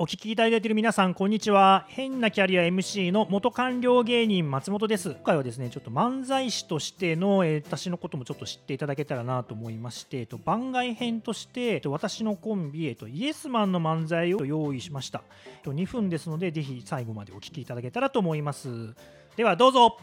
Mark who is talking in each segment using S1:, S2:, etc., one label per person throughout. S1: お聞きいただいている皆さんこんにちは変なキャリア MC の元官僚芸人松本です今回はですねちょっと漫才師としての、えー私のこともちょっと知っていただけたらなと思いまして、えっと、番外編として、えっと、私のコンビ、えっと、イエスマンの漫才を用意しました、えっと、2分ですのでぜひ最後までお聞きいただけたらと思いますではどうぞ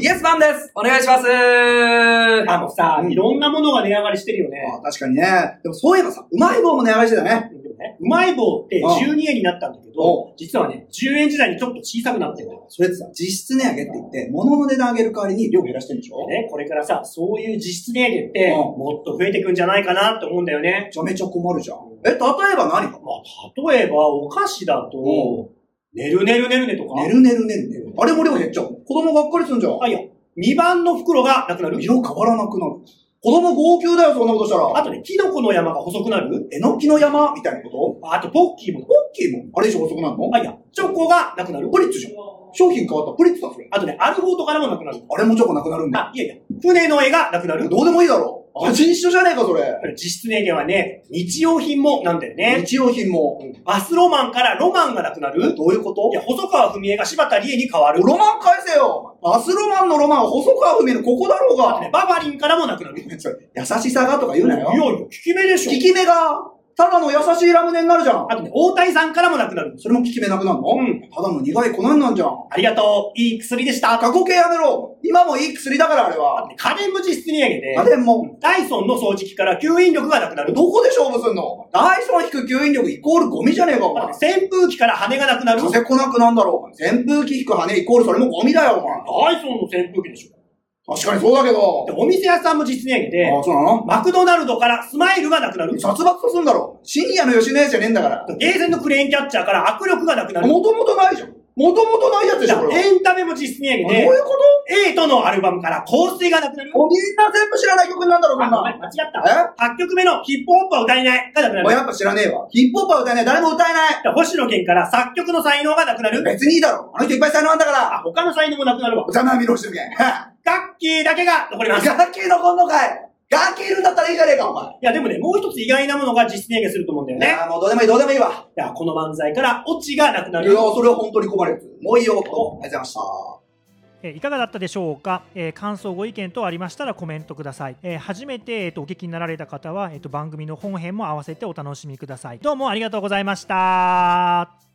S2: イエスマンですお願いします
S3: あのさ、
S2: うん
S3: いろんなものが値上がりしてるよね。
S2: あ確かにね。でもそういえばさ、うまい棒も値上がりしてたね。
S3: でもね、うまい棒って
S2: うん
S3: 12円になったんだけ
S2: お
S3: ど、実はね、10円時代にちょっと小さくなってるんだよ。
S2: それってさ、実質値上げって言って、物の値段上げる代わりに量減らしてるんでしょ
S3: ね、これからさ、そういう実質値上げって、
S2: うん
S3: もっと増えてくんじゃないかなって思うんだよね
S2: め。ちゃめちゃ困るじゃん。え、例えば何か
S3: まあ、例えば、お菓子だと、ねるねるねるねとか、
S2: 寝る寝る寝る寝る。あれも量減っちゃう。子供がっかりするんじゃん。
S3: あ、いや、2番の袋がなくなる。
S2: 色変わらなくなる。子供号泣だよ、そんなことしたら。
S3: あとね、キノコの山が細くなる。
S2: えのきの山みたいなこと
S3: あと、ポッキーも。
S2: ポッキーもあれ以上遅くなるの
S3: あ、いや、チョコがなくなる。
S2: プリッツじゃん。商品変わったプリッツだ、それ。
S3: あとね、アルフォートからもなくなる。
S2: あれもチョコなくなるんだ。
S3: あ、いやいや、船の絵がなくなる。
S2: どうでもいいだろ。味一緒じゃねえか、それ。
S3: 実質値上げはね、日用品もなんだよね。
S2: 日用品も。
S3: バスロマンからロマンがなくなる
S2: どういうこと
S3: いや、細川文江が柴田理恵に変わる。
S2: ロマン返せよバスロマンのロマンは細川文のここだろう
S3: あとね
S2: が
S3: ババリンからもなくなる。い
S2: それ優しさがとか言うなよ
S3: いや、効き目でし
S2: 効
S3: ょ。
S2: き目が、ただの優しいラムネになるじゃん
S3: あとね、大谷さんからもなくなる。
S2: それも効き目なくなるの
S3: うん
S2: ただの苦い粉になんじゃん
S3: ありがとう。いい薬でした。あ
S2: 過去形やめろ今もいい薬だからあれ
S3: と
S2: は
S3: ね家電も実質値上げで
S2: 家、電も。
S3: ダイソンの掃除機から吸引力がなくなる。
S2: どこで勝負すんのダイソン引く吸引力イコールゴミじゃねえか、お前
S3: あ。とね扇風機から羽がなくなる。ダイ
S2: 風来なくなんだろう、お前。扇風機引く羽イコールそれもゴミだよ、お
S3: ソンの扇風機でしょ。
S2: 前。確かにそうだけど
S3: で。お店屋さんも実質値上げで、
S2: あ、そうなの
S3: マクドナルドからスマイルがなくなる。
S2: 殺伐とすんだろ。深夜の吉野家じゃねえんだから。
S3: ゲーセンのクレーンキャッチャーから握力がなくなる。
S2: もともとないじゃん。もともとないやつでしょ、これは。
S3: エンタメも実質値上
S2: どう
S3: げ
S2: い、
S3: で
S2: うこと
S3: エイトのアルバムから香水がなくなる。
S2: もうみんな全部知らない曲なんだろ、そ
S3: あ、
S2: ん
S3: ごめん
S2: な。
S3: 間違った。8曲目のヒップホップは歌えないがなくな
S2: もう
S3: る。
S2: やっぱ知らねえわ。ヒップホップは歌えない。誰も歌えない。
S3: 星野源から作曲の才能がなくなる。
S2: 別にいいだろ。あの人いっぱい才能あんだから。
S3: 他の才能もなくなるわ。
S2: おざまみろしてみけ。ガ
S3: 楽器だけが残ります。い
S2: ッキー残んのかいガッキーいるんだったらいいじゃねえか、お前。
S3: や、でもね、もう一つ意外なものが実質値上げすると思うんだよね。
S2: ああ、もうどうでもいい、どうでもいいわ。
S3: いや、この漫才からオチがなくない
S2: や、
S3: る。
S2: それは本当に困るやつ。もういいよ、どうもありがとうございました。
S1: えーいかがだったでしょうか、えー感想ご意見等ありましたらコメントください、えー初めて、えーとお聞きになられた方は、えーと番組の本編も合わせてお楽しみくださいどうもありがとうございました